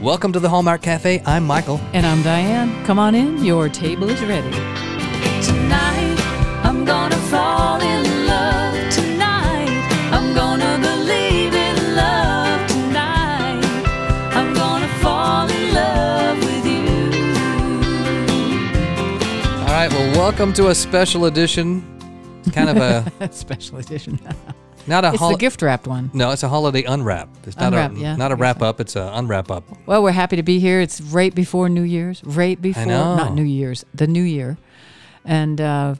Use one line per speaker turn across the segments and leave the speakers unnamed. Welcome to the Hallmark Cafe. I'm Michael.
And I'm Diane. Come on in, your table is ready.
Tonight, I'm gonna fall in love. Tonight, I'm gonna believe in love. Tonight, I'm gonna fall in love with you.
All right, well, welcome to a special edition. Kind of a
Special edition.
not a
it's
hol-
the gift wrapped one.
No, it's a holiday unwrap. It's not
Unwrap,
a
yeah.
not a wrap up. It's a unwrap up.
Well, we're happy to be here. It's right before New Year's. Right before,
know.
not New Year's, the New Year, and uh,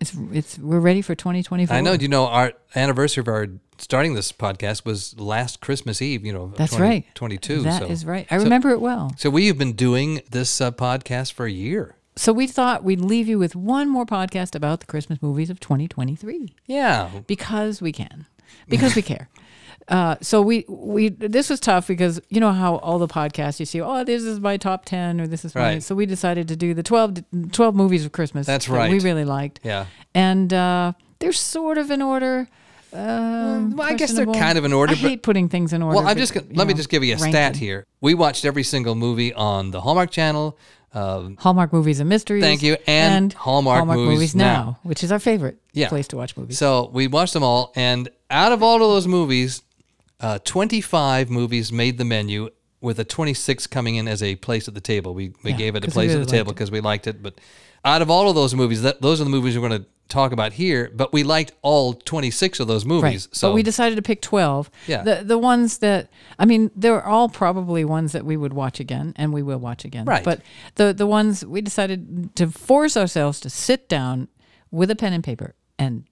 it's it's we're ready for 2024.
I know. You know, our anniversary of our starting this podcast was last Christmas Eve. You know, of
That's
20
right. That
22.
is
so.
right. I
so-
remember it well.
So we have been doing this uh, podcast for a year.
So we thought we'd leave you with one more podcast about the Christmas movies of 2023.
Yeah.
because we can because we care uh, so we we this was tough because you know how all the podcasts you see oh this is my top 10 or this is my
Right.
so we decided to do the 12, d- 12 movies of christmas
That's
that
right.
we really liked
Yeah.
and uh, they're sort of in order um,
well, I guess they're
questionable.
kind of in order,
I
but-
hate putting things in order
Well, I'm
but,
just gonna,
you
let me
know,
just give you a
rank
stat
them.
here. We watched every single movie on the Hallmark Channel. Um,
hallmark movies and mysteries
Thank you, and Hallmark Movies Now.
which is our favorite
Yeah.
place to watch movies
so we watched them all, and out of all of those movies, uh, 25 movies made the menu, with a 26 coming in as a place at the table. We we
Yeah,
gave it a
'cause we
place
really
at the table
liked
because we liked it. But out of all of those movies, that, those are the movies we're going to talk about here. But we liked all 26 of those movies.
Right.
So
but we decided to pick 12.
Yeah.
The the ones that I mean, they're all probably ones that we would watch again and we will watch again.
Right.
But the the ones we decided to force ourselves to sit down with a pen and paper and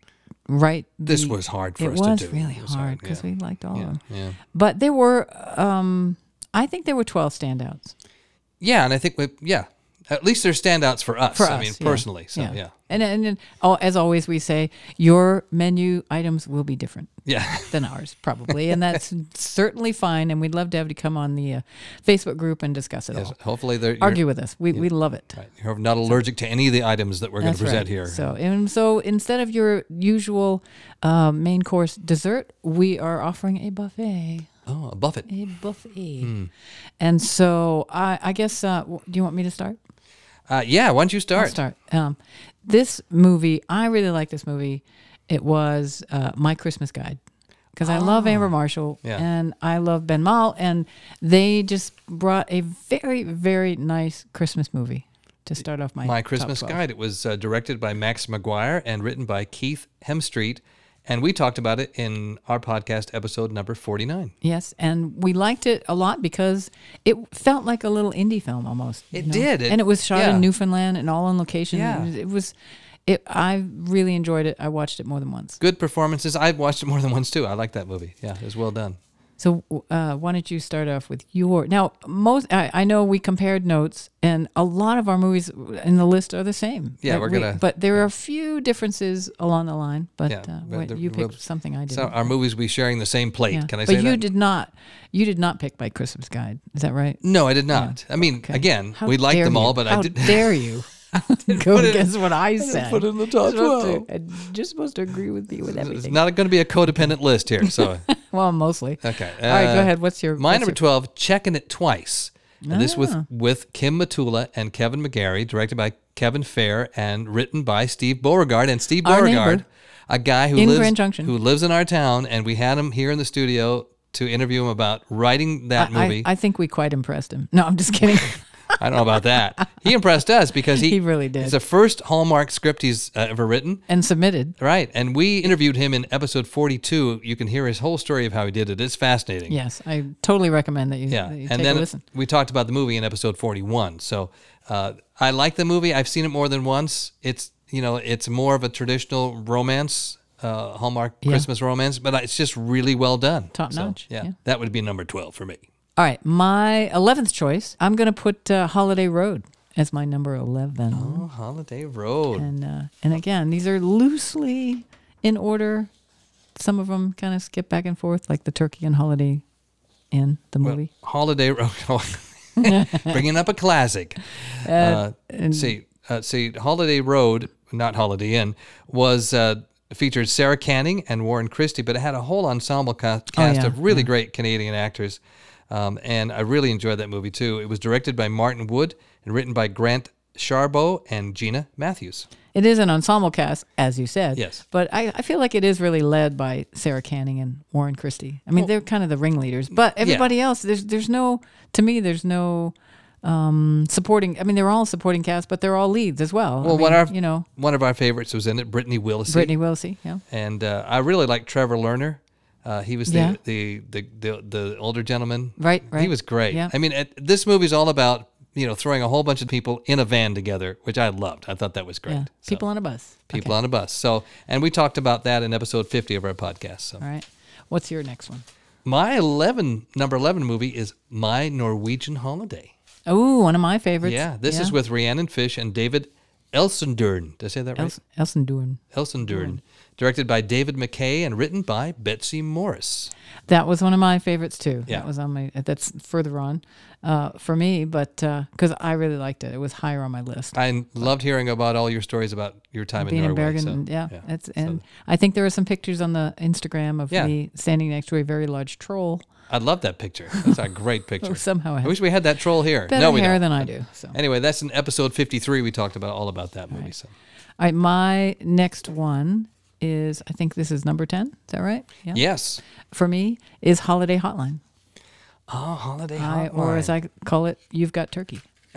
write
this
the-
was hard for
it
us
was
to do.
really
It was
hard because
yeah.
we liked all
Yeah,
of them.
yeah.
But there were um I think there were 12 standouts
Yeah, and I think we yeah. At least they're standouts for us.
for
I
us,
mean,
yeah.
personally. So yeah.
And and, and oh, as always we say your menu items will be different.
Yeah.
than ours, probably, and that's certainly fine. And we'd love to have you come on the uh, Facebook group and discuss it all.
Hopefully they're you're-
Argue with us. We, we love it.
right, You're not allergic to any of the items that we're going to
That's
present
right.
here.
So and so instead of your usual uh, main course dessert, we are offering a buffet.
oh, a buffet.
A buffet.
Hmm.
And so I, I guess uh, w- do you want me to start?
Uh, yeah, why don't you
I'll
start?
start. Um, this movie, I really like this movie. It was uh, my Christmas guide because I love Amber Marshall
Oh. Yeah.
and I love Ben Mall, and they just brought a very, very nice Christmas movie to start off my
My
top
Christmas
12.
Guide. It was uh, directed by Max McGuire and written by Keith Hemstreet. And we talked about it in our podcast episode number 49.
Yes, and we liked it a lot because it felt like a little indie film almost. you
It did. It-
and it was shot
yeah.
in Newfoundland and all on location.
Yeah.
It was. It was it, I really enjoyed it. I watched it more than once.
Good performances. I've watched it more than once, too. I like that movie. Yeah, it was well done.
So uh, why don't you start off with your now? Most I, I know we compared notes, and a lot of our movies in the list are the same.
Yeah,
Like,
we're
we-
gonna-
But there are a few differences along the line. But,
Yeah,
uh,
but
what,
the-
you picked
well,
something I did.
So our movies we sharing the same plate. Can I
but
say
you
that?
did not. You did not pick by Christmas Guide. Is that right?
no, I did not. I mean,
Okay.
again,
How
we liked
dare
them all,
you.
but
How
I did.
dare you? Go
put it-
against what I
didn't
said.
put it in the top
You're supposed
12.
to- I'm just supposed to agree with you with
It's
everything.
not going to be a codependent list here. So,
well, mostly.
okay.
All right,
uh,
go ahead. What's your Ah.
My
what's
number
your-
12, Checking It Twice. And this with with Kim Matula and Kevin McGarry, directed by Kevin Fair and written by Steve Beauregard. And Steve
Our
Beauregard,
neighbor.
a guy who
In
lives
Grand Junction.
who lives in our town, and we had him here in the studio to interview him about writing that
I-
movie.
I, I think we quite impressed him. No, I'm just kidding.
I don't know about that. He impressed us because he,
He really did.
It's the first Hallmark script he's uh, ever written.
and submitted.
Right. And we interviewed him in episode 42. You can hear his whole story of how he did it. It's fascinating.
Yes, I totally recommend that you,
Yeah.
that you
And
take
then
a listen.
we talked about the movie in episode 41. So uh, I like the movie. I've seen it more than once. It's, you know, it's more of a traditional romance, uh, Hallmark
Yeah.
Christmas romance, but it's just really well done.
Top
So,
notch,
Yeah,
yeah.
That would be number 12 for me.
All right, my 11th choice, I'm going to put uh, Holiday Road as my number 11.
Oh, Holiday Road.
And uh, and again, these are loosely in order. Some of them kind of skip back and forth like the Turkey and Holiday Inn, the movie.
Holiday Road. Bringing up a classic. Uh, see, uh, see, Holiday Road, not Holiday Inn, was uh, It featured Sarah Canning and Warren Christie, but it had a whole ensemble ca- cast
Oh, yeah,
of really great Canadian actors. Um, and I really enjoyed that movie too. It was directed by Martin Wood and written by Grant Charbo and Gina Matthews.
It is an ensemble cast, as you said.
Yes.
But I, I feel like it is really led by Sarah Canning and Warren Christie. I mean, they're kind of the ringleaders, but everybody else, there's there's no, to me, there's no um, supporting. I mean, they're all supporting cast, but they're all leads as well. I
Well, one
mean,
of our,
you know,
one of our favorites was in it, Brittany Willis.
Brittany Wilsey. Yeah.
and uh, I really like Trevor Lerner. Uh, he was the,
Yeah.
the, the, the the older gentleman.
Right,
He
right.
was great.
Yeah.
I mean, it, this movie's all about you know throwing a whole bunch of people in a van together, which I loved. I thought that was great.
Yeah.
So,
People on a bus.
people on a bus. So, and we talked about that in episode fifty of our podcast. So,
All right. What's your next one?
my eleven number eleven movie is My Norwegian Holiday.
Oh, one of my favorites.
yeah, this is with Rhiannon Fish and David Elsendurn. Did I say that right?
Elson, Elson Dorn.
Elsendurn, directed by David McKay and written by Betsy Morris.
That was one of my favorites too.
Yeah.
That was on my. That's further on uh, for me, but because I really liked it, it was higher on my list.
I loved hearing about all your stories about your time
Being
in
in
Norway.
Bergen,
so,
and- yeah, That's
So
and I think there were some pictures on the Instagram of
Yeah.
me standing next to a very large troll.
I love that picture. That's a great picture.
Somehow I
I
have
wish we had that troll here.
better
no, we
hair
don't.
than I do. So, all
Anyway, that's in episode 53. We talked about all about that movie. So,
right, my next one is I think this is number ten. Is that right? Yeah.
yes.
For me, is Holiday Hotline,
Oh, holiday
I,
Hotline.
or as I call it, You've Got Turkey.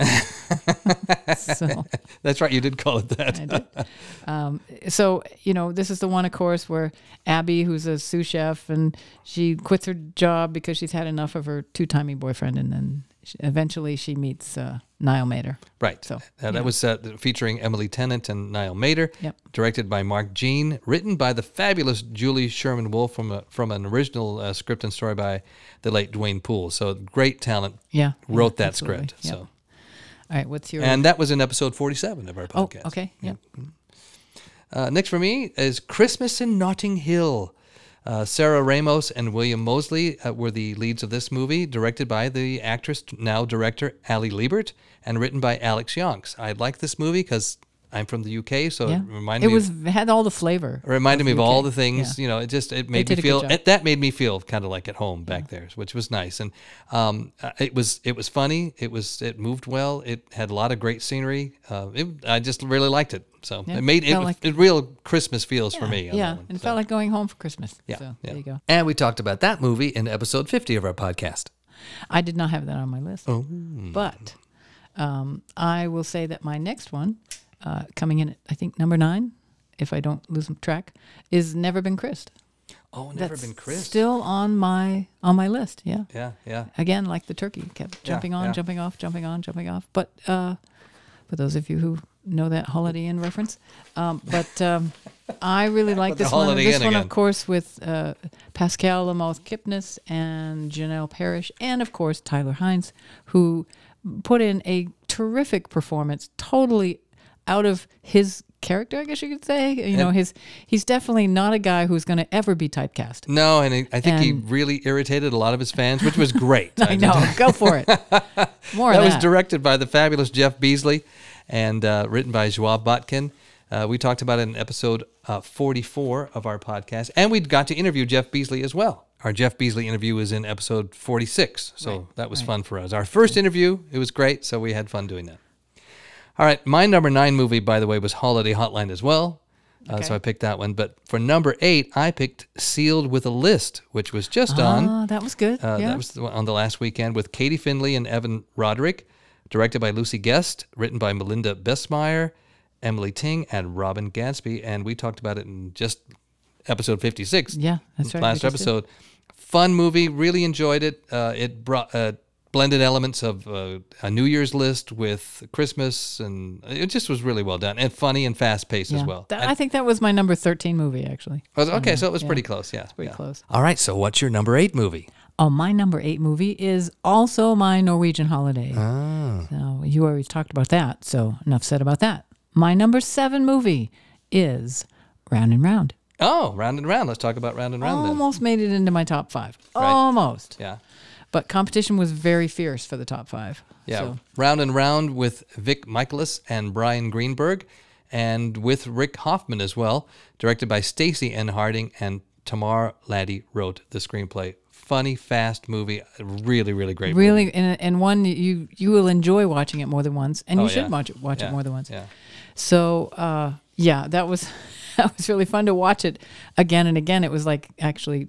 so.
That's right. You did call it that.
I did. Um, so you know, this is the one, of course, where Abby, who's a sous chef, and she quits her job because she's had enough of her two-timey boyfriend, and then she, eventually she meets uh, Niall Mater.
Right.
So,
Uh,
you know.
that was uh, featuring Emily Tennant and Niall Mater.
Yep.
Directed by Mark Jean. Written by the fabulous Julie Sherman Wolf from a, from an original uh, script and story by the late Dwayne Poole. So great talent
Yeah,
wrote that
absolutely.
script.
Yep.
So.
all right, what's your?
And that was in episode 47 of our
oh,
podcast.
okay, yeah.
Uh, next for me is Christmas in Notting Hill. Uh, Sarah Ramos and William Mosley uh, were the leads of this movie, directed by the actress, now director, Ali Liebert, and written by Alex Yonks. I like this movie because I'm from the UK, so
yeah.
it reminded
It
me
was
of,
had all the flavor.
it reminded me of
UK,
all the things.
yeah.
You know, it just it made me
did a good
feel
job.
it, that made me feel kind of like at home back there, which was nice. And um, uh, it was it was funny. It was it moved well. It had a lot of great scenery. Uh, it, I just really liked it. So
Yeah,
it made it,
felt like-
it real Christmas feels for me. on
Yeah,
that one.
and it
So,
felt like going home for Christmas.
yeah,
so
yeah.
there you go.
And we talked about that movie in episode fifty of our podcast.
I did not have that on my list. But um, I will say that my next one, uh, coming in, at, I think number nine, if I don't lose track, is Never Been Christ.
Oh, never
That's
been Chris.
Still on my on my list. Yeah.
yeah, yeah.
Again, like the turkey, kept
Yeah,
jumping on,
yeah.
jumping off, jumping on, jumping off. But uh, for those of you who know that Holiday Inn reference, um, but um, I really like
With the
this one.
Holiday
This
Inn
one, of
again.
course, with uh, Pascal Lamoth Kipnis and Janelle Parrish, and of course Tyler Hines, who put in a terrific performance, totally out of his character, I guess you could say. You know, his he's definitely not a guy who's going to ever be typecast.
No, and I I think he
And-
really irritated a lot of his fans, which was great.
I know. Go for it. More
that
of
was
that.
directed by the fabulous Jeff Beasley and uh, written by Joab Botkin. Uh, we talked about it in episode uh, 44 of our podcast, and we got to interview Jeff Beasley as well. Our Jeff Beasley interview was in episode 46, so that was fun for us. Our first interview, it was great, so we had fun doing that. All right, my number nine movie, by the way, was Holiday Hotline as well. Uh,
Okay.
So I picked that one. But for number eight, I picked Sealed with a List, which was just on.
Ah, that was good.
Uh,
yeah.
That was the one on the last weekend with Katie Finley and Evan Roderick, directed by Lucy Guest, written by Melinda Besmeyer, Emily Ting, and Robin Gadsby. And we talked about it in just episode 56.
Yeah, that's right, we
Last
just did.
episode. Fun movie. Really enjoyed it. Uh, it brought. Uh, Blended elements of uh, a New Year's list with Christmas, and it just was really well done and funny and fast paced as
Yeah.
well.
That-
And-
I think that was my number 13 movie, actually.
I was- okay, so it was pretty close. Yeah, it's
pretty close.
All right, so what's your number eight movie?
Oh, my number eight movie is also my Norwegian holiday.
Ah.
So you already talked about that. So enough said about that. My number seven movie is Round and Round.
Oh, Round and Round. Let's talk about Round and Round then.
Almost made it into my top five.
Right.
Almost.
Yeah.
But competition was very fierce for the top five.
Yeah.
So,
Round and Round with Vic Michaelis and Brian Greenberg. and with Rick Hoffman as well, directed by Stacy N. Harding and Tamar Laddie wrote the screenplay. Funny, fast movie, really, really great. movie.
Really, and, and one you you will enjoy watching it more than once, and you
Oh,
should
yeah.
watch it watch
Yeah,
it more than once.
Yeah.
So uh, yeah, that was that was really fun to watch it again and again. It was like actually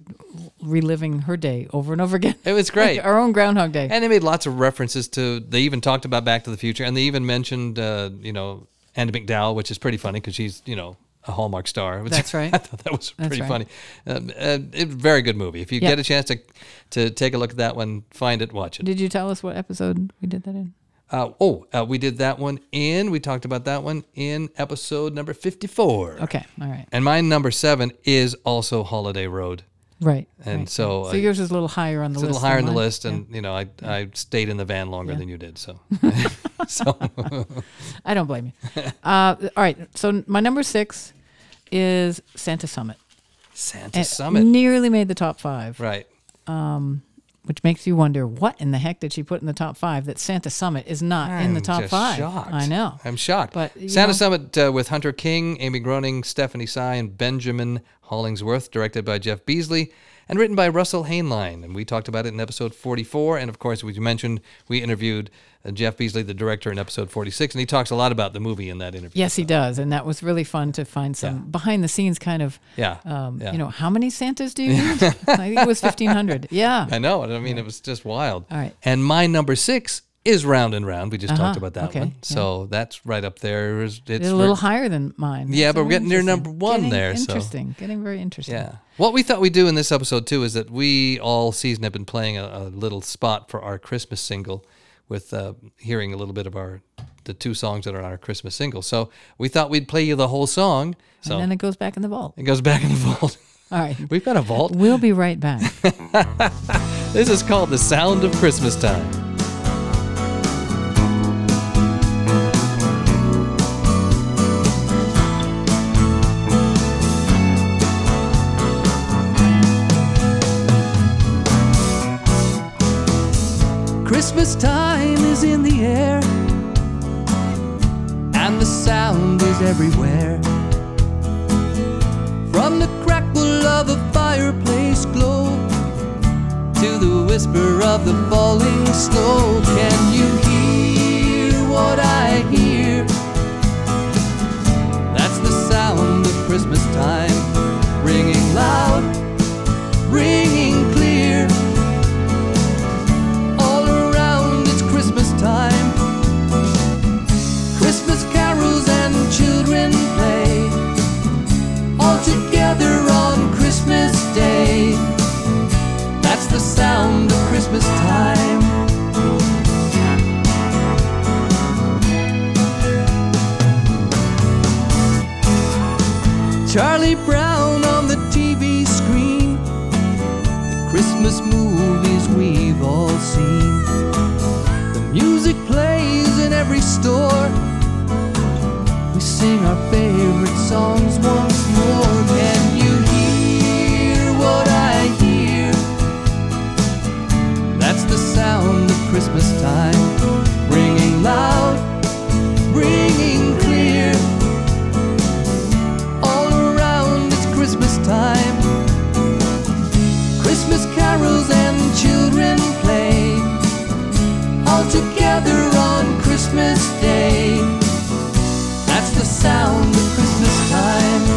reliving her day over and over again.
It was great.
Like our own Groundhog Day.
And they made lots of references to. They even talked about Back to the Future, and they even mentioned, uh, you know, Andy McDowell, which is pretty funny because she's, you know, a Hallmark star. which
That's right.
I thought that was
That's
pretty
right.
funny. Um, uh, it, very good movie. If you
Yeah.
get a chance to to take a look at that one, find it, watch it.
Did you tell us what episode we did that in?
Uh, oh, uh, we did that one in. We talked about that one in episode number fifty-four.
Okay, all right,
And my number seven is also Holiday Road.
right.
And
right.
so,
so
uh,
yours is a little higher on the
It's a
list.
little higher
than
on the
mine.
list, and you know, I I stayed in the van longer
Yeah.
than you did, so
I don't blame you. uh, all right, so my number six is Santa Summit.
Santa
It
Summit,
nearly made the top five.
right?
which makes you wonder what in the heck did she put in the top five that Santa Summit is not in the
I'm
top
just
five.
Shocked.
I know.
I'm shocked.
But,
But
you
Santa
know-
Summit uh, with Hunter King, Amy Groening, Stephanie Sy, and Benjamin Hollingsworth, directed by Jeff Beasley and written by Russell Heinlein. And we talked about it in episode 44. And of course, we mentioned we interviewed uh, Jeff Beasley, the director, in episode 46, and he talks a lot about the movie in that interview.
Yes, he does, and that was really fun to find some behind the scenes kind of.
Yeah.
Um,
Yeah.
You know, how many Santas do you need? I think it was fifteen hundred. Yeah.
I know. I mean, it was just wild.
All right.
And my number six is Round and Round. We just
Uh-huh.
talked about that
Okay.
one.
Yeah.
So that's right up there. It's, it's
It's a
we're-
little higher than mine.
Yeah,
That's
but we're
very
getting near
interesting.
number one
Getting
there, so-
Interesting. Getting very interesting.
Yeah. What we thought we'd do in this episode, too, is that we all season have been playing a, a little spot for our Christmas single with uh, hearing a little bit of our the two songs that are on our Christmas single. So we thought we'd play you the whole song. So
And then it goes back in the vault.
it goes back in the vault.
All right.
We've got a vault.
We'll be right back.
This is called The Sound of Christmas Time.
Christmas time is in the air, and the sound is everywhere. From the crackle of a fireplace glow to the whisper of the falling snow, can you hear what I hear? That's the sound of Christmas time, ringing loud, ringing clear. All around it's Christmas time. Christmas carols and children play. All together on Christmas Day. That's the sound of Christmas time. Charlie Brown on the TV screen. Christmas movies we've all seen. The music plays in every store. We sing our favorite songs once more. Can you hear what I hear? That's the sound of Christmas time, ringing loud, ringing clear. All around it's Christmas time. Christmas carols and children play all together on Christmas Day. That's the sound of Christmas time.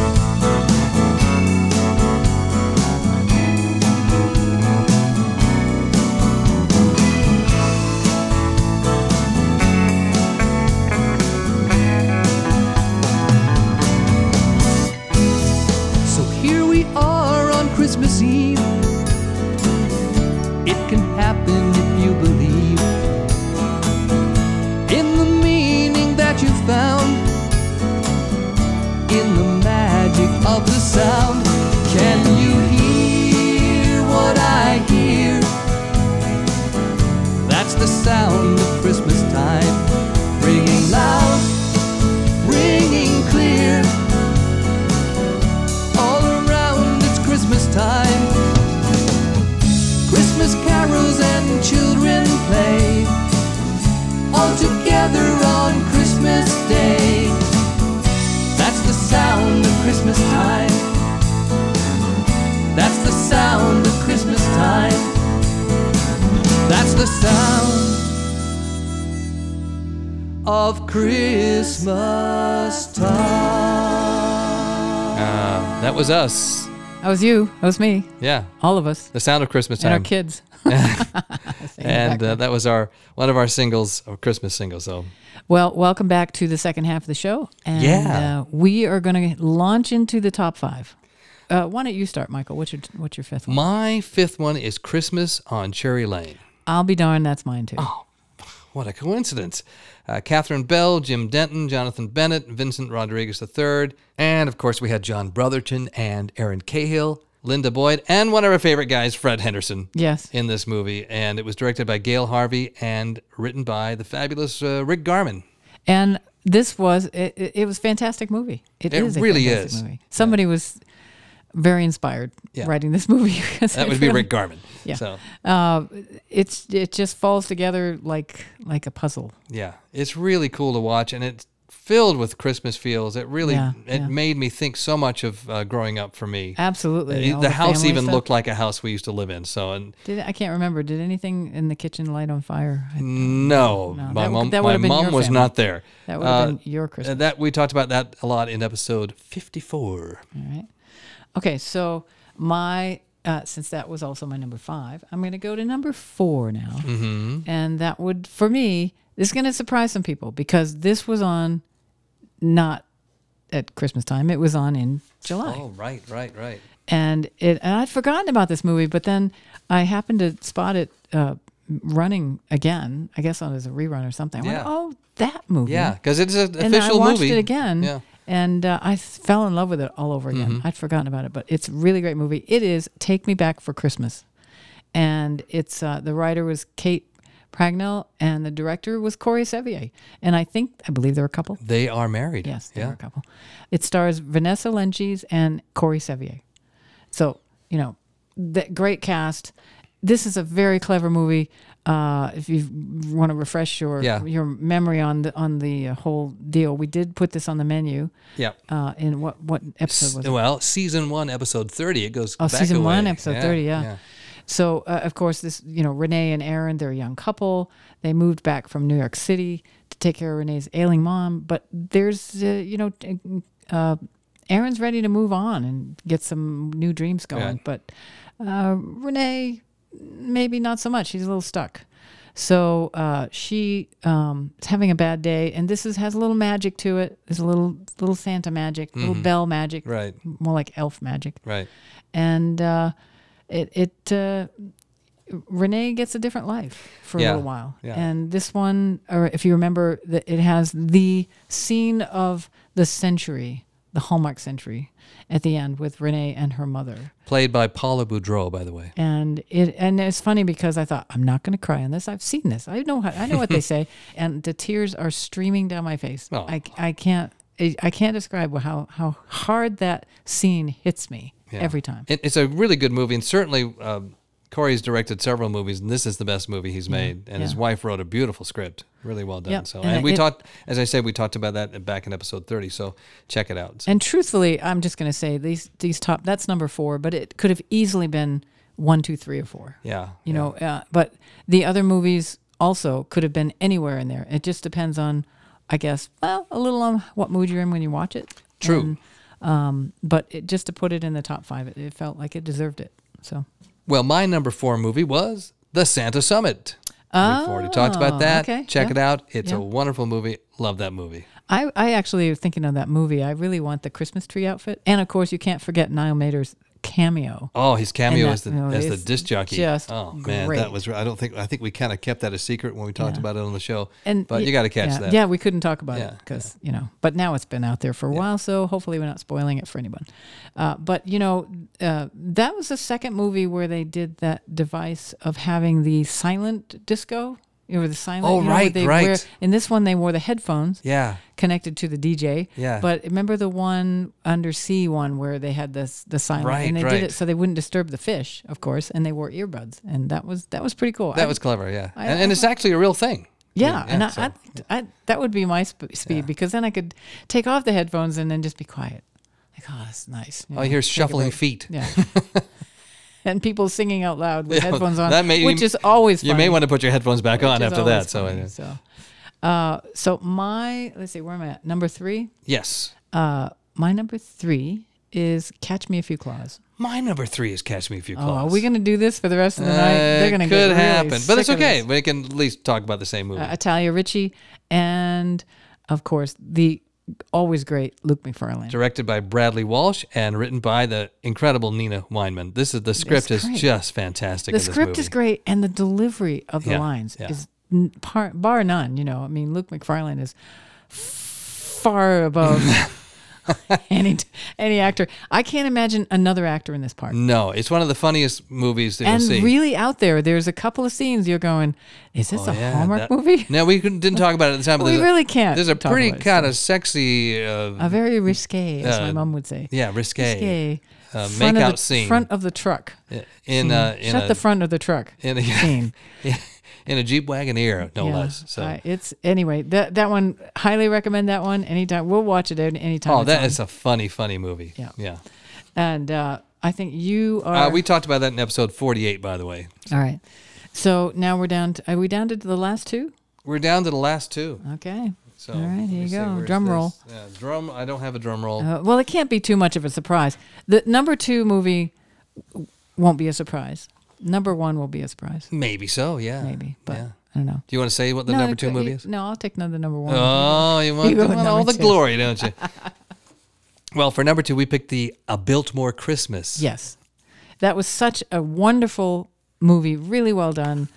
So here we are on Christmas Eve. It can happen if you believe in the meaning that you found, in the magic of the sound. Can you hear what I hear? That's the sound of Christmas time, ringing loud, ringing clear. All around it's Christmas time. Christmas carols and children play all together on Christmas Day. the sound of Christmas time.
Uh, that was us.
That was you. That was me.
Yeah.
All of us.
The sound of Christmas time.
And our kids.
And uh, that was our one of our singles, or Christmas singles. So
Well, welcome back to the second half of the show. And
Yeah.
uh, we are going to launch into the top five. Uh, why don't you start, Michael? What's your what's your fifth one?
my fifth one is Christmas on Cherry Lane.
I'll be darned, that's mine too.
Oh, What a coincidence. Uh, Catherine Bell, Jim Denton, Jonathan Bennett, Vincent Rodriguez III. And of course, we had John Brotherton and Aaron Cahill, Linda Boyd, and one of our favorite guys, Fred Henderson.
Yes.
In this movie. And it was directed by Gail Harvey and written by the fabulous uh, Rick Garman.
And this was it, it it was a fantastic movie.
It
is a
really
fantastic
is.
Movie. Somebody was very inspired
Yeah.
writing this movie. because
That
it
would be
really-
Rick Garman.
Yeah.
So,
Uh, it's it just falls together like like a puzzle.
yeah. It's really cool to watch. And it's filled with Christmas feels. It really
Yeah,
it
yeah.
made me think so much of uh, growing up for me.
Absolutely.
The,
all
house
family
even
stuff.
looked like a house we used to live in. So, and
Did I can't remember. Did anything in the kitchen light on fire? I-
Mm, No,
No,
my
that would-
mom,
that would
my
have been
mom
your
was
family.
not there.
That would have
Uh,
been your Christmas.
uh, That we talked about that a lot in episode fifty-four.
All right. Okay, so my uh, since that was also my number five, I'm going to go to number four now,
Mm-hmm.
and that would for me this is going to surprise some people because this was on not at Christmas time; it was on in July,
Oh, right, right, right.
and it and I'd forgotten about this movie, but then I happened to spot it uh, running again, I guess on as a rerun or something. I went,
Yeah.
oh, that movie,
Yeah, because it's an
and
official
I watched
movie.
it again.
Yeah, Mm-hmm.
And uh, I s- fell in love with it all over again. I'd forgotten about it, but it's a really great movie. It is Take Me Back for Christmas. And it's uh, the writer was Kate Pragnell and the director was Corey Sevier. And I think, I believe they're a couple.
they are married.
Yes, they were
yeah.
a couple. It stars Vanessa Lenges and Corey Sevier. So, you know, that great cast. This is a very clever movie. Uh, if you want to refresh your
Yeah.
your memory on the on the uh, whole deal, we did put this on the menu.
Yeah.
Uh, in what what episode was it?
Well, season one, episode thirty. It goes.
Oh,
back
season one,
away.
episode thirty. Yeah. So uh, of course, this you know Renee and Aaron, they're a young couple. They moved back from New York City to take care of Renee's ailing mom. But there's uh, you know, uh, Aaron's ready to move on and get some new dreams going.
Yeah.
But uh, Renee, maybe not so much. She's a little stuck. So uh, she um, is having a bad day, and this is has a little magic to it. There's a little little Santa magic, little bell magic,
Mm-hmm. Right.
More like elf magic
Right.
and uh, it it uh, Renee gets a different life for
Yeah,
a little while.
yeah.
And this one, or if you remember, the, it has the scene of the century, the Hallmark century, at the end with Renee and her mother.
Played by Paula Boudreau, by the way.
And it and it's funny because I thought I'm not going to cry on this. I've seen this. I know how, I know what they say, and the tears are streaming down my face.
Oh.
I I can't. I I can't describe how, how hard that scene hits me
Yeah.
every time.
It, it's a really good movie, and certainly um, Corey's directed several movies, and this is the best movie he's made. And his
Mm-hmm. yeah.
wife wrote a beautiful script, really well done.
Yep,
So, and,
and
we
it-
talked, as I said, we talked about that back in episode thirty. So check it out. So-
And truthfully, I'm just going to say these these top. That's number four, but it could have easily been one, two, three, or four.
yeah, yeah.
You know, uh, but the other movies also could have been anywhere in there. It just depends on, I guess, well, a little on what mood you're in when you watch it.
True.
And, um, but it, just to put it in the top five, it, it felt like it deserved it. So
Well, my number four movie was The Santa Summit. We've already talked about
Oh,
that.
okay.
Check
Yeah.
it out. It's
Yeah.
a wonderful movie. Love that movie.
I, I actually was thinking of that movie. I really want the Christmas tree outfit, and of course, you can't forget Niall Mater's cameo.
Oh, his cameo
that
as the
movie
as the
is
disc jockey.
just
oh man, that
great.
was. re- I don't think. I think we kind of kept that a secret when we talked
Yeah.
about it on the show.
And
but
y-
you got to catch
yeah,
that.
Yeah, we couldn't talk about
Yeah,
it because you know. But now it's been out there for a while, so hopefully we're not spoiling it for anyone. Uh, but you know, uh, that was the second movie where they did that device of having the silent disco. Or the silent.
Oh,
you know,
right,
they
right.
Wear, in this one, they wore the headphones
Yeah.
connected to the DJ.
Yeah.
But remember the one undersea one where they had this the silent
Right,
and they
right.
did it so they wouldn't disturb the fish, of course, and they wore earbuds, and that was that was pretty cool.
That
I-
was clever. Yeah,
I-
and,
I
and it's actually a real thing.
yeah, and I,
so-
I, I, that would be my sp- speed because then I could take off the headphones and then just be quiet. Like, oh, that's nice. you
All
know,
you hear is
take a
shuffling
break.
feet.
Yeah. and people singing out loud with
Yeah,
headphones on,
that may-
which is always
You may
funny,
want to put your headphones back on
which is
after that.
always
So,
funny,
uh,
so, uh, so my let's see, where am I at? Number three.
yes.
Uh, my number three is "Catch Me If You Claws."
My number three is Catch Me If You
Oh,
Claws.
are we going to do this for the rest of the night? They're
Uh,
going to
could
get really
happen, but it's
sick of
okay.
this.
We can at least talk about the same movie.
Uh, Italia Ricci, and of course the always great Luke McFarlane.
Directed by Bradley Walsh and written by the incredible Nina Weinman. This is the script is
great.
just fantastic.
The
in this
script
movie.
is great, and the delivery of the
Yeah,
lines
yeah.
is n- par, bar none. You know, I mean, Luke McFarlane is far above any any actor. I can't imagine another actor in this part.
No, it's one of the funniest movies that
And
you'll see.
really out there, there's a couple of scenes you're going, is this a
Oh, Yeah,
Hallmark
that-
movie?
No, we couldn't, didn't talk about it at the time. But
We
there's a-
really can't
There's a
talk
pretty
about it,
kind of sexy, uh,
A very risque, as my
Uh,
mom would say.
yeah, risque,
Risque.
uh,
front of
makeout
the,
scene
Front of the truck.
in a in
Hmm. Shut
a,
the front of the truck.
in a
scene.
in a Jeep Wagoneer, no less. So,
I- it's anyway that that one highly recommend that one anytime we'll watch it any- anytime.
oh,
it's
that
on.
is a funny, funny movie.
Yeah.
yeah.
and uh, I think you are.
Uh, we talked about that in episode 48, by the way.
all right. So now we're down. To, are we down to the last two?
We're down to the last two.
Okay.
So,
Uh, all right.
let me
Here you
see,
go.
where's
Drum
this?
roll.
Yeah, drum. I don't have a drum roll.
Uh, well, it can't be too much of a surprise. The number two movie w- won't be a surprise. Number one will be a surprise,
Maybe so. Yeah.
maybe. But
yeah.
I don't know.
do you want to say what the
No,
number
it
two
could-
movie
it-
is?
No, I'll take another number one.
Oh, you want, you
You go with
want all
number
the
two.
glory, don't you? well, for number two, we picked the A Biltmore Christmas.
Yes. That was such a wonderful movie, really well done,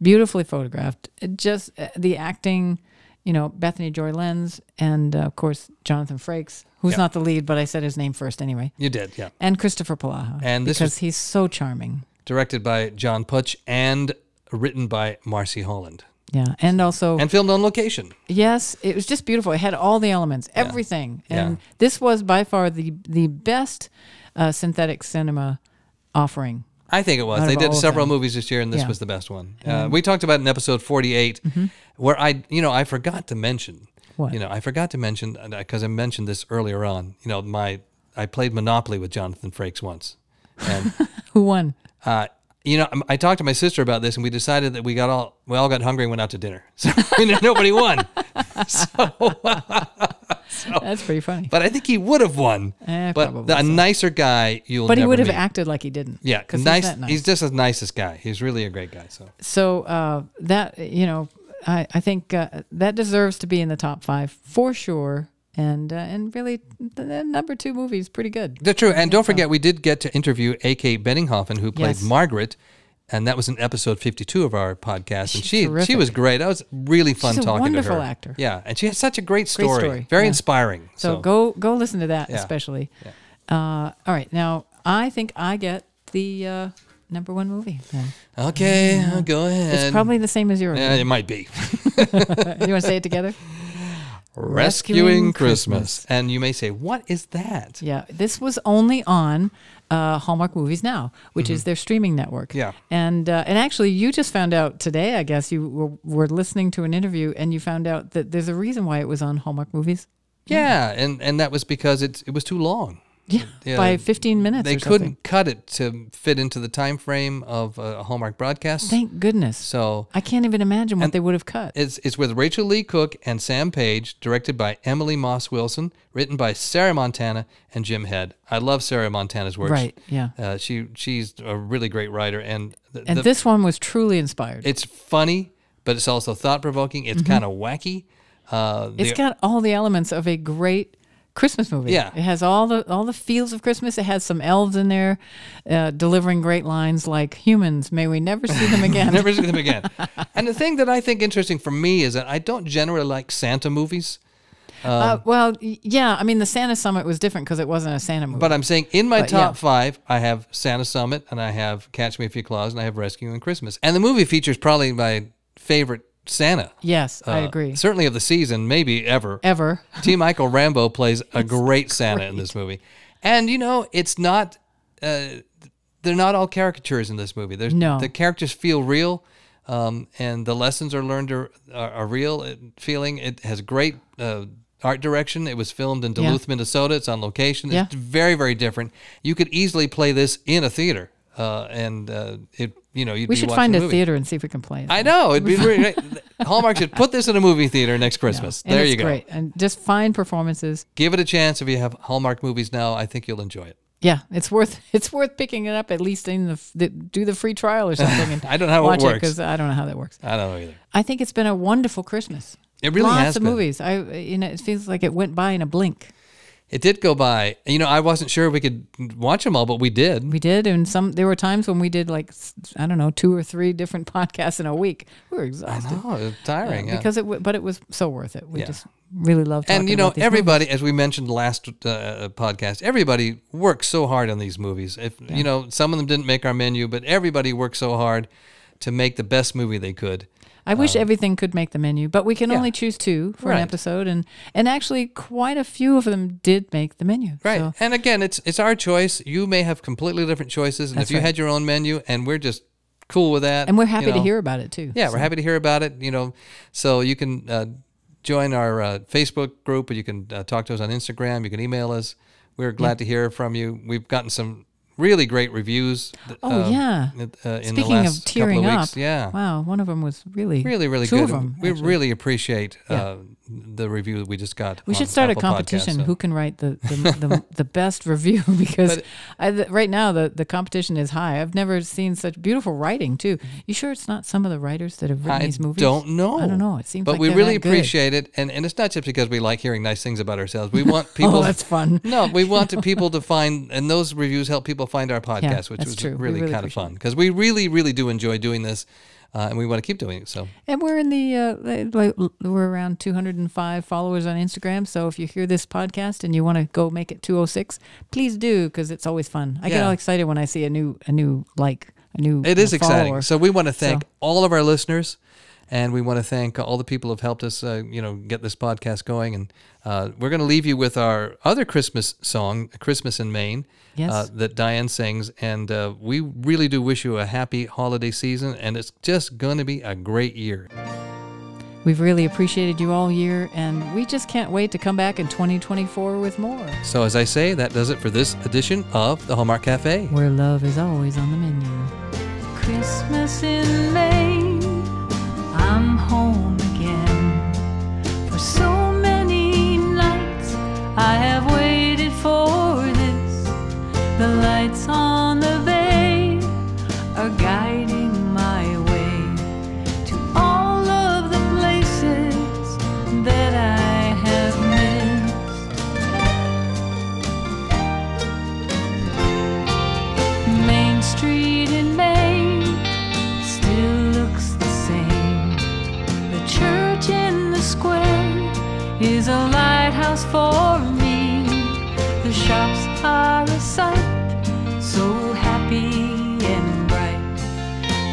beautifully photographed. It Just uh, the acting, you know, Bethany Joy Lenz and uh, of course Jonathan Frakes, who's
Yeah.
not the lead, but I said his name first anyway.
You did, yeah.
And Christopher Palaha.
And this
because
was-
he's so charming.
Directed by John Putch and written by Marcy Holland.
Yeah. And also
And filmed on location.
Yes, it was just beautiful. It had all the elements, everything, and
Yeah.
this was by far the the best uh, synthetic cinema offering.
I think it was.
Out
They
of
did
all of
several
them.
movies this year, and this
Yeah. Mm-hmm.
was the best one. Uh, we talked about in episode 48, where I, you know, I forgot to mention.
What?
You know, I forgot to mention, because I mentioned this earlier on, you know, my, I played Monopoly with Jonathan Frakes once. And
Who won?
Uh, you know, I talked to my sister about this, and we decided that we got all we all got hungry and went out to dinner. So you know, nobody won, Oh.
That's pretty funny.
but I think he would have won.
Eh,
but
probably
the, a
so.
nicer guy, you'll.
But he
never
would have
meet.
acted like he didn't.
Yeah,
because
nice.
He's, that nice.
He's just the nicest guy. He's really a great guy. So
so uh, that you know, I I think uh, that deserves to be in the top five for sure. And uh, and really, the, the number two movie is pretty good.
that's true. And don't forget, we did get to interview A.K. Benninghoffen, who played
Yes.
Margaret. And that was in episode fifty-two of our podcast, and
She's
she she
terrific.
was great. That was really fun
She's a
talking
wonderful
to her.
actor.
Yeah, and she had such a great story,
story,
very
yeah.
inspiring.
So, go go listen to that
Yeah.
especially. Uh, all right, now I think I get the uh, number one movie. Then.
okay, go ahead.
It's probably the same as yours.
Yeah, it might be.
you want to say it together?
Rescuing,
Rescuing
Christmas.
Christmas.
And you may say, what is that?
Yeah, this was only on uh, Hallmark Movies Now, which is their streaming network.
Mm-hmm. Yeah.
and uh, and actually, you just found out today. I guess you were, were listening to an interview, and you found out that there's a reason why it was on Hallmark Movies.
Yeah, and, and that was because it, it was too long.
Yeah,
Yeah,
by 15 minutes.
They
or something.
couldn't cut it to fit into the time frame of a Hallmark broadcast.
Thank goodness.
so
I can't even imagine what they would have cut.
it's, it's with Rachel Lee Cook and Sam Page, directed by Emily Moss Wilson, written by Sarah Montana and Jim Head. I love Sarah Montana's work.
Right, yeah.
Uh, she she's a really great writer, and th-
and
the-
this one was truly inspired.
it's funny, but it's also thought provoking. It's kind of wacky. Uh,
Mm-hmm. It's
the-
got all the elements of a great Christmas movie.
Yeah.
it has all the all the feels of Christmas. It has some elves in there, uh, delivering great lines like "Humans, may we never see them again."
Never see them again. and the thing that I think interesting for me is that I don't generally like Santa movies, Um,
uh, well, y- yeah, I mean the Santa Summit was different because it wasn't a Santa movie.
but I'm saying in my
But, yeah.
top five, I have Santa Summit and I have Catch Me If You Claws and I have Rescue and Christmas. And the movie features probably my favorite Santa.
yes, I
uh,
agree.
Certainly of the season, maybe ever.
Ever
T. Michael Rambo plays a great Santa in this movie. And, you know, it's not, uh, they're not all caricatures in this movie. There's,
No.
The characters feel real, um, and the lessons are learned are, are, are real uh, feeling. It has great uh, art direction. It was filmed in
Yeah.
Duluth, Minnesota. It's on location.
Yeah.
It's very, very different. You could easily play this in a theater. uh, and uh, it you know you'd
We
be
should
watching
find a
movie.
theater and see if we can play it.
I know it'd be really great. Hallmark should put this in a movie theater next Christmas.
And
there
it's
you go.
Great. And just fine performances.
Give it a chance if you have Hallmark movies now. I think you'll enjoy it.
Yeah, it's worth it's worth picking it up at least in the, f- the do the free trial or something. And
I don't know how it
watch
works.
because I don't know how that works.
I don't know either.
I think it's been a wonderful Christmas.
It really
Lots
has
of
been.
movies. I you know it feels like it went by in a blink.
It did go by. You know, I wasn't sure we could watch them all, but we did.
We did, and some there were times when we did like s- I don't know two or three different podcasts in a week. We were exhausted
Oh, it was tiring. Yeah.
because it, w- but it was so worth it. We
Yeah.
just really love talking
and you know
about these
everybody as we mentioned last uh, podcast everybody works so hard on these movies if you know some of them didn't make our menu but everybody worked so hard to make the best movie they could
I wish everything could make the menu, but we can
Oh. yeah.
only choose two for
Right.
an episode, and and actually quite a few of them did make the menu.
right
So,
and again it's it's our choice you may have completely different choices and if
That's
you
right.
had your own menu and we're just cool with that
and we're
you
happy to
know.
hear about it too.
yeah
So
we're happy to hear about it you know so you can uh, join our uh, facebook group or you can uh, talk to us on instagram you can email us we're glad to hear from you we've gotten some really great reviews th-
Oh,
uh,
yeah.
in- uh, in the
Speaking
last
of tearing
couple of
up,
weeks yeah
Wow, one of them was really
really really
two
good
Of them,
we
actually.
really appreciate
Yeah.
uh, the review that we just got
We
on
should start a
Apple Podcasts,
competition.
so-
Who can write the the, the, the best review? Because
But-
I, th- right now the, the competition is high. I've never seen such beautiful writing too. You sure it's not some of the writers that have written
I
these movies?
don't know.
I don't know. It seems
but
like
we
they're
really
that good.
appreciate it, and, and it's not just because we like hearing nice things about ourselves. We want people.
Oh, that's fun.
No, we want to people to find, and those reviews help people find our podcast, which
that's
was
true. We
really,
really
kind of
appreciate
fun because we really, really do enjoy doing this, uh, and we want to keep doing it. So
And we're in the uh, li- like l- we're around 205 followers on Instagram. So if you hear this podcast and you want to go make it 206, please do because it's always fun. I get
Yeah.
all excited when I see a new a new like a new.
it is
uh,
exciting.
follower.
So we want to thank
So-
all of our listeners, and we want to thank all the people who've helped us, uh, you know, get this podcast going. And uh, we're going to leave you with our other Christmas song, "Christmas in Maine,"
Yes.
uh, that Diane sings. And uh, we really do wish you a happy holiday season, and it's just going to be a great year.
We've really appreciated you all year, and we just can't wait to come back in 2024 with more.
So, as I say, that does it for this edition of the Hallmark Cafe.
Where love is always on the menu.
Christmas in Maine. I'm home again. For so many nights I have waited for this. The lights on the bay are guiding my way to all of the places that I have missed. Main Street in Maine still looks the same. The church in the square is a lighthouse for me. The shops are a sight, so happy and bright.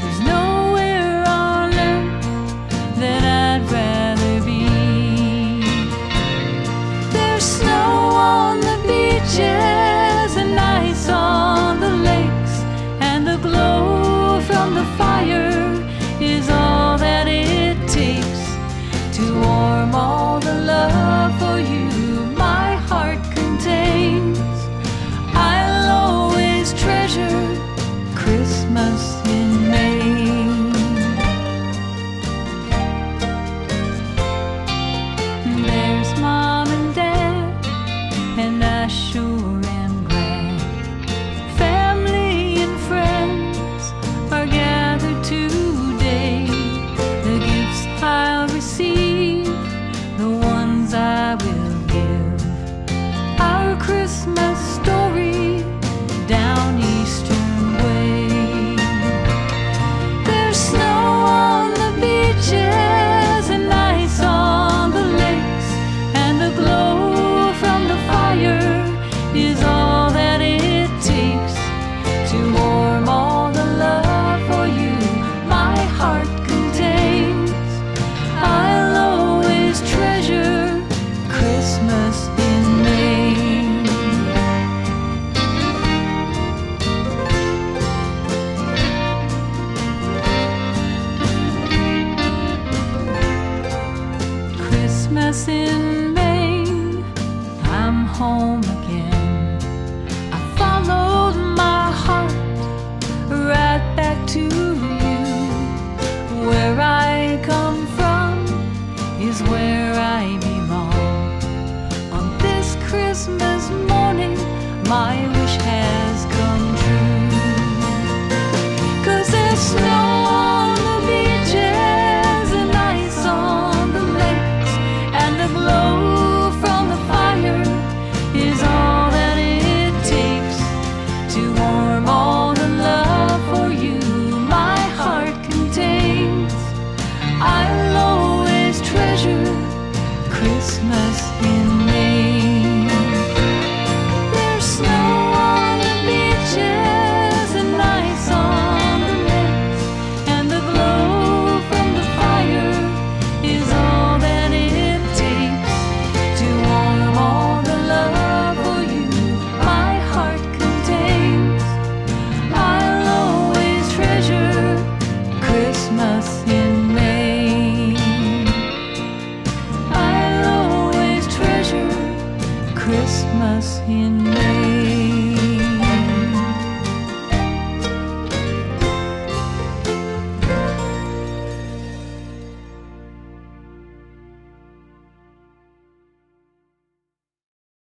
There's nowhere on earth that I'd rather be. There's snow on the beaches and ice on the lakes, and the glow from the fire is all that it takes to warm all the love for you my heart contains. I'll always treasure Christmas in May. There's mom and dad, and I sure am glad. Family and friends are gathered today. The gifts I'll receive, the ones I will give. Our Christmas story down Eastern Way. There's snow on the beaches and ice on the lakes, and the glow from the fire is all that it takes to warm all the love for you my heart contains. I'll always treasure Christmas in May. Christmas in Maine, I'm home again. I followed my heart,
is where I belong. On this Christmas morning, my wish has come true. Cause there's snow on the beaches and ice on the lakes, and the glow from the fire is all that it takes to warm all the love for you my heart contains. I'll always treasure Christmas in May. There's snow on the beaches and ice on the lakes, and the glow from the fire is all that it takes to warm all the love for you my heart contains. I'll always treasure Christmas in May. I'll always treasure Christmas in May.